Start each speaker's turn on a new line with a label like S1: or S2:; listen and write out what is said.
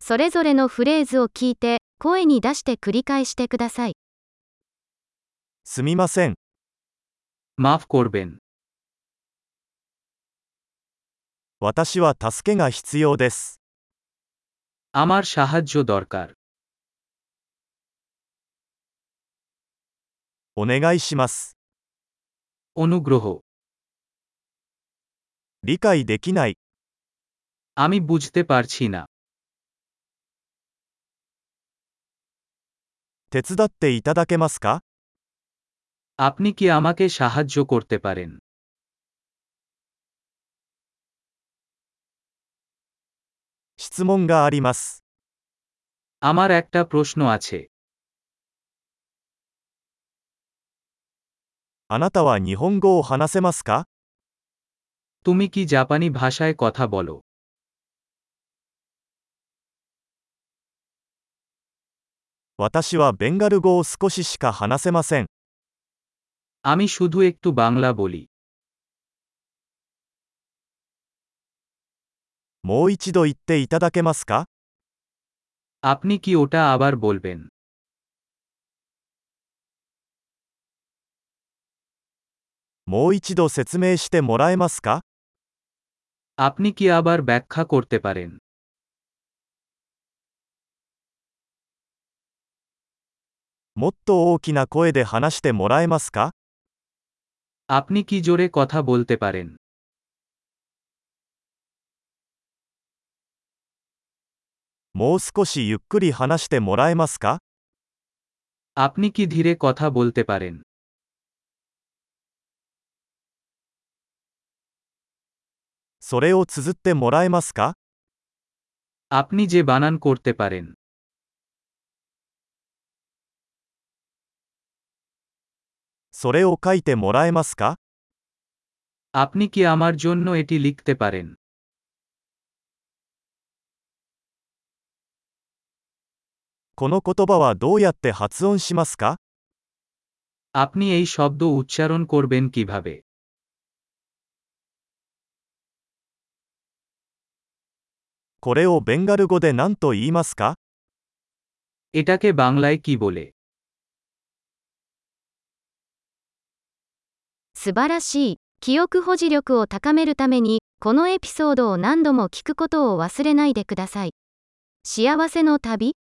S1: それぞれのフレーズを聞いて、声に出して繰り返してください。
S2: すみません。
S3: মাফ করবেন
S2: 私は助けが必要です。
S3: আমার সাহায্য দরকার
S2: お願いします。
S3: অনুগ্রহ
S2: 理解できない。
S3: আমি বুঝতে পারছি না
S2: 手伝っていただけますか
S3: আপনি কি আমাকে সাহায্য করতে পারেন
S2: 質問があります。
S3: আমার একটা প্রশ্ন আছে
S2: あなたは日本語を話せますか
S3: তুমি কি জাপানি ভাষায় কথা বলো
S2: 私はベンガル語を少ししか話せません。
S3: আমি শুধু একটু বাংলা বলি
S2: もう一度言っていただけますか
S3: আপনি কি ওটা আবার বলবেন
S2: もう一度説明してもらえますか
S3: আপনি কি আবার ব্যাখ্যা করতে পারেন
S2: もっと大きな声で話してもらえますか
S3: আপনি কি জোরে কথা বলতে পারেন
S2: もう少しゆっくり話してもらえますか
S3: আপনি কি ধীরে কথা বলতে পারেন
S2: それを綴ってもらえますか
S3: আপনি যে বানান করতে পারেন
S2: それを書いてもらえますか
S3: আপনি কি আমার জন্য এটি লিখতে পারেন
S2: この言葉はどうやって発音しますか
S3: আপনি এই শব্দ উচ্চারণ করবেন কিভাবে
S2: これをベンガル語で何と言いますか
S3: এটাকে বাংলায় কি বলে
S1: 素晴らしい。記憶保持力を高めるために、このエピソードを何度も聞くことを忘れないでください。幸せの旅